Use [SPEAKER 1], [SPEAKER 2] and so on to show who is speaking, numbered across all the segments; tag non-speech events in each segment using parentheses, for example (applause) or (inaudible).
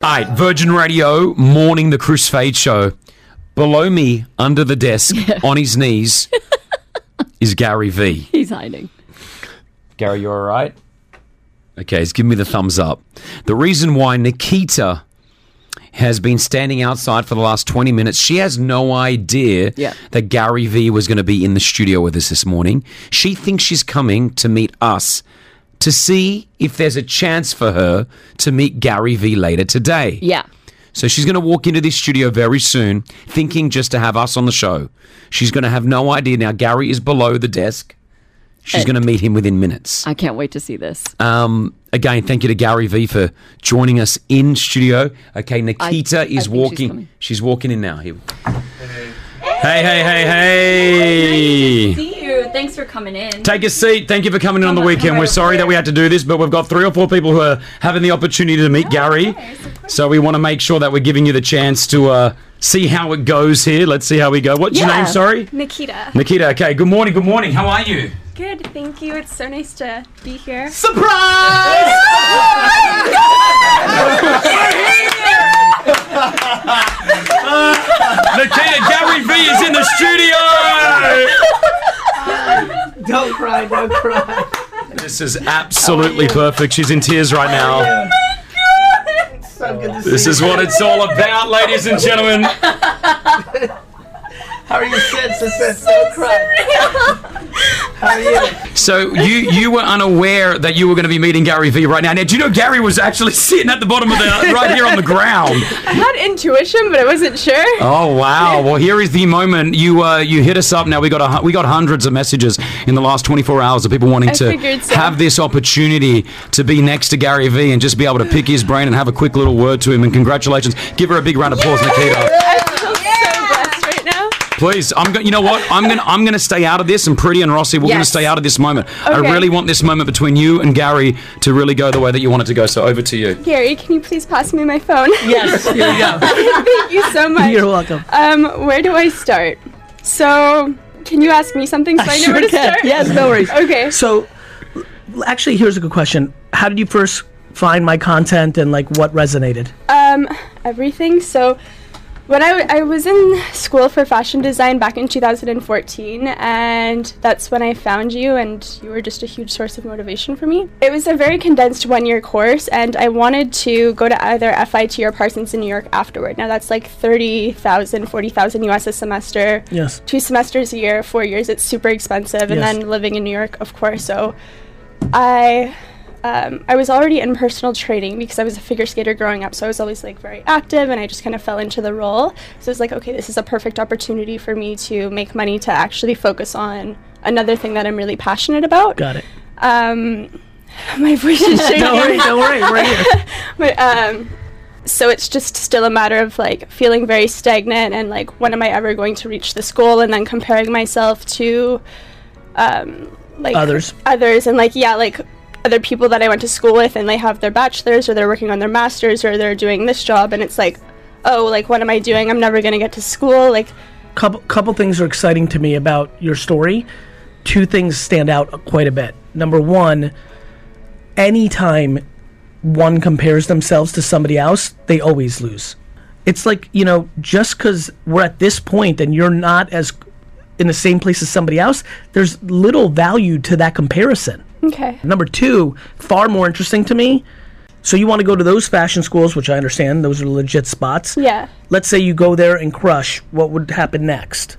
[SPEAKER 1] All right, Virgin Radio morning, the Chris Fade show. Below me, under the desk, on his knees, is Gary V.
[SPEAKER 2] He's hiding.
[SPEAKER 1] Gary, you all right? Okay, he's giving me the thumbs up. The reason why Nikita has been standing outside for the last 20 minutes, she has no idea
[SPEAKER 2] Yeah.
[SPEAKER 1] that Gary V was going to be in the studio with us this morning. She thinks she's coming to meet us to see if there's a chance for her to meet Gary V later today.
[SPEAKER 2] Yeah.
[SPEAKER 1] So she's going to walk into this studio very soon, thinking just to have us on the show. She's going to have no idea. Now, Gary is below the desk. She's going to meet him within minutes.
[SPEAKER 2] I can't wait to see this.
[SPEAKER 1] Um, again, thank you to Gary V for joining us in studio. Okay, Nikita
[SPEAKER 2] I think
[SPEAKER 1] is
[SPEAKER 2] she's
[SPEAKER 1] walking.
[SPEAKER 2] coming.
[SPEAKER 1] She's, walking in now. Here. Hey, hey, hey, hey!
[SPEAKER 2] See you. Thanks for coming in.
[SPEAKER 1] Take a seat. Thank you for coming in on the weekend. We're sorry that we had to do this, but we've got three or four people who are having the opportunity to meet Gary. So we want to make sure that we're giving you the chance to uh, see how it goes here. Let's see how we go. What's your
[SPEAKER 2] Yeah.
[SPEAKER 1] name? Sorry,
[SPEAKER 3] Nikita.
[SPEAKER 1] Nikita. Okay. Good morning. Good morning. How are you?
[SPEAKER 3] Good, thank you. It's so nice to be here.
[SPEAKER 1] Surprise! (laughs) Nikita Gary V is in the studio.
[SPEAKER 4] Don't cry, don't cry.
[SPEAKER 1] This is absolutely perfect. She's in tears right now.
[SPEAKER 4] So good to see
[SPEAKER 1] This
[SPEAKER 4] you.
[SPEAKER 1] is what it's all about, ladies and gentlemen.
[SPEAKER 4] How are you, sis? Sis, sis, don't cry. How are you?
[SPEAKER 1] So you you were unaware that you were going to be meeting Gary V right now. Now, do you know Gary was actually (laughs) sitting at the bottom of the right here on the ground?
[SPEAKER 3] I had intuition, but I wasn't sure.
[SPEAKER 1] Oh wow! Well, here is the moment you uh, you hit us up. Now we got a, hu- we got hundreds of messages in the last 24 hours of people wanting
[SPEAKER 3] I
[SPEAKER 1] to
[SPEAKER 3] figured so.
[SPEAKER 1] have this opportunity to be next to Gary V and just be able to pick his brain and have a quick little word to him. And congratulations! Give her a big round of applause, Nikita.
[SPEAKER 3] I feel so blessed right now.
[SPEAKER 1] Please, I'm going. You know what? I'm going. to I'm going to stay out of this. And Pretty and Rossi, we're going to
[SPEAKER 2] Yes.
[SPEAKER 1] stay out of this moment. I
[SPEAKER 3] Okay.
[SPEAKER 1] really want this moment between you and Gary to really go the way that you want it to go. So over to you.
[SPEAKER 3] Gary, can you please pass me my phone?
[SPEAKER 4] Yes, here we go.
[SPEAKER 3] (laughs) thank you so much.
[SPEAKER 4] You're welcome.
[SPEAKER 3] Um, where do I start? So, can you ask me something so I, know where to start?
[SPEAKER 4] Yes, no worries.
[SPEAKER 3] Okay.
[SPEAKER 4] So, l- actually, here's a good question. How did you first find my content and like what resonated?
[SPEAKER 3] um, everything. So when I, w- I was in school for fashion design back in 2014, and that's when I found you, and you were just a huge source of motivation for me. It was a very condensed one year course, and I wanted to go to either FIT or Parsons in New York afterward. Now that's like 30,000, 40,000 US a semester
[SPEAKER 4] Yes.
[SPEAKER 3] two semesters a year, four years. It's super expensive, and
[SPEAKER 4] Yes.
[SPEAKER 3] then living in New York, of course. So, I, um, I was already in personal training because I was a figure skater growing up. So I was always like very active, and I just kind of fell into the role. So it's like, okay, this is a perfect opportunity for me to make money to actually focus on another thing that I'm really passionate about.
[SPEAKER 4] Got it.
[SPEAKER 3] Um, (laughs) my voice
[SPEAKER 4] (laughs)
[SPEAKER 3] is shaking.
[SPEAKER 4] Don't worry, don't worry. We're here.
[SPEAKER 3] But um, so it's just still a matter of like feeling very stagnant and like when am I ever going to reach this goal, and then comparing myself to um, like
[SPEAKER 4] Others.
[SPEAKER 3] others, and like yeah, like other people that I went to school with, and they have their bachelors or they're working on their masters or they're doing this job, and it's like, oh, like what am I doing? I'm never gonna get to school. Like
[SPEAKER 4] couple couple things are exciting to me about your story. Two things stand out quite a bit. Number one, anytime one compares themselves to somebody else, they always lose. It's like you know, just because we're at this point and you're not as in the same place as somebody else, there's little value to that comparison.
[SPEAKER 3] okay,
[SPEAKER 4] Number two, far more interesting to me. So you want to go to those fashion schools, which I understand; those are legit spots
[SPEAKER 3] yeah.
[SPEAKER 4] let's say you go there and crush, what would happen next?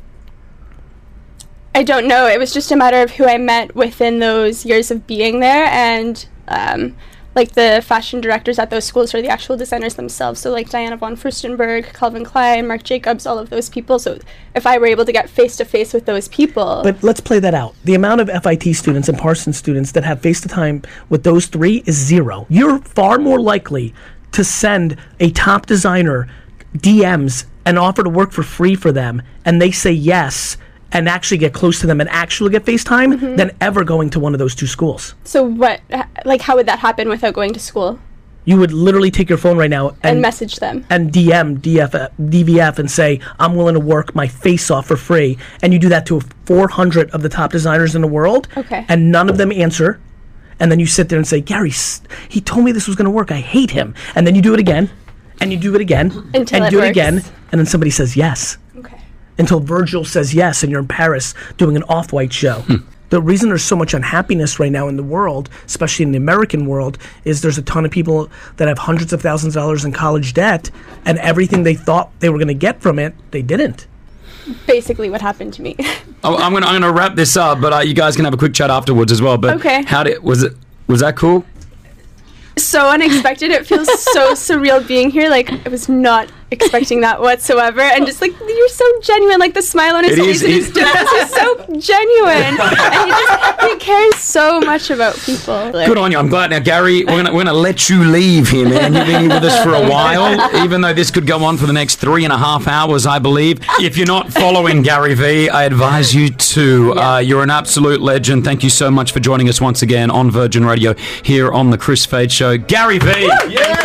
[SPEAKER 3] I don't know. It was just a matter of who I met within those years of being there, and um, like the fashion directors at those schools or the actual designers themselves. So like Diana von Furstenberg, Calvin Klein, Marc Jacobs, all of those people. So if I were able to get face to face with those people,
[SPEAKER 4] But let's play that out. The amount of FIT students and Parsons students that have face to time with those three is zero. You're far more likely to send a top designer DMs and offer to work for free for them, and they say yes and actually get close to them and actually get FaceTime
[SPEAKER 3] Mm-hmm.
[SPEAKER 4] than ever going to one of those two schools.
[SPEAKER 3] so what? Like how would that happen without going to school
[SPEAKER 4] You would literally take your phone right now
[SPEAKER 3] and,
[SPEAKER 4] and,
[SPEAKER 3] message them?
[SPEAKER 4] and DM DF, DVF and say, I'm willing to work my face off for free. And you do that to 400 of the top designers in the world.
[SPEAKER 3] Okay.
[SPEAKER 4] And none of them answer. And then you sit there and say, Gary, s- he told me this was going to work. I hate him. And then you do it again. and you do it again
[SPEAKER 3] Until
[SPEAKER 4] and
[SPEAKER 3] it
[SPEAKER 4] do it
[SPEAKER 3] works.
[SPEAKER 4] again and then somebody says yes
[SPEAKER 3] Okay.
[SPEAKER 4] until Virgil says yes and you're in Paris doing an off white show. the reason there's so much unhappiness right now in the world, especially in the American world, is there's a ton of people that have hundreds of thousands of dollars in college debt and everything they thought they were going to get from it, they didn't.
[SPEAKER 3] Basically, what happened to me. (laughs)
[SPEAKER 1] I- Oh, I'm gonna I'm gonna wrap this up, but uh, you guys can have a quick chat afterwards as well. But
[SPEAKER 3] Okay.
[SPEAKER 1] how did was it was that cool?
[SPEAKER 3] so unexpected. It feels so surreal being here. Like I was not expecting that whatsoever. And just like you're so genuine. Like the smile on his
[SPEAKER 1] It is-
[SPEAKER 3] face. and his
[SPEAKER 1] it-
[SPEAKER 3] jokes
[SPEAKER 1] (laughs)
[SPEAKER 3] is so genuine. and he just he cares so much about people.
[SPEAKER 1] Good on you. I'm glad. Now, Gary, we're gonna we're gonna let you leave here, man. You've been with us for a while, even though this could go on for the next three and a half hours, I believe. If you're not following Gary V, I advise you to. Uh, you're an absolute legend. Thank you so much for joining us once again on Virgin Radio here on the Chris Fade Show. Gary V. Yeah.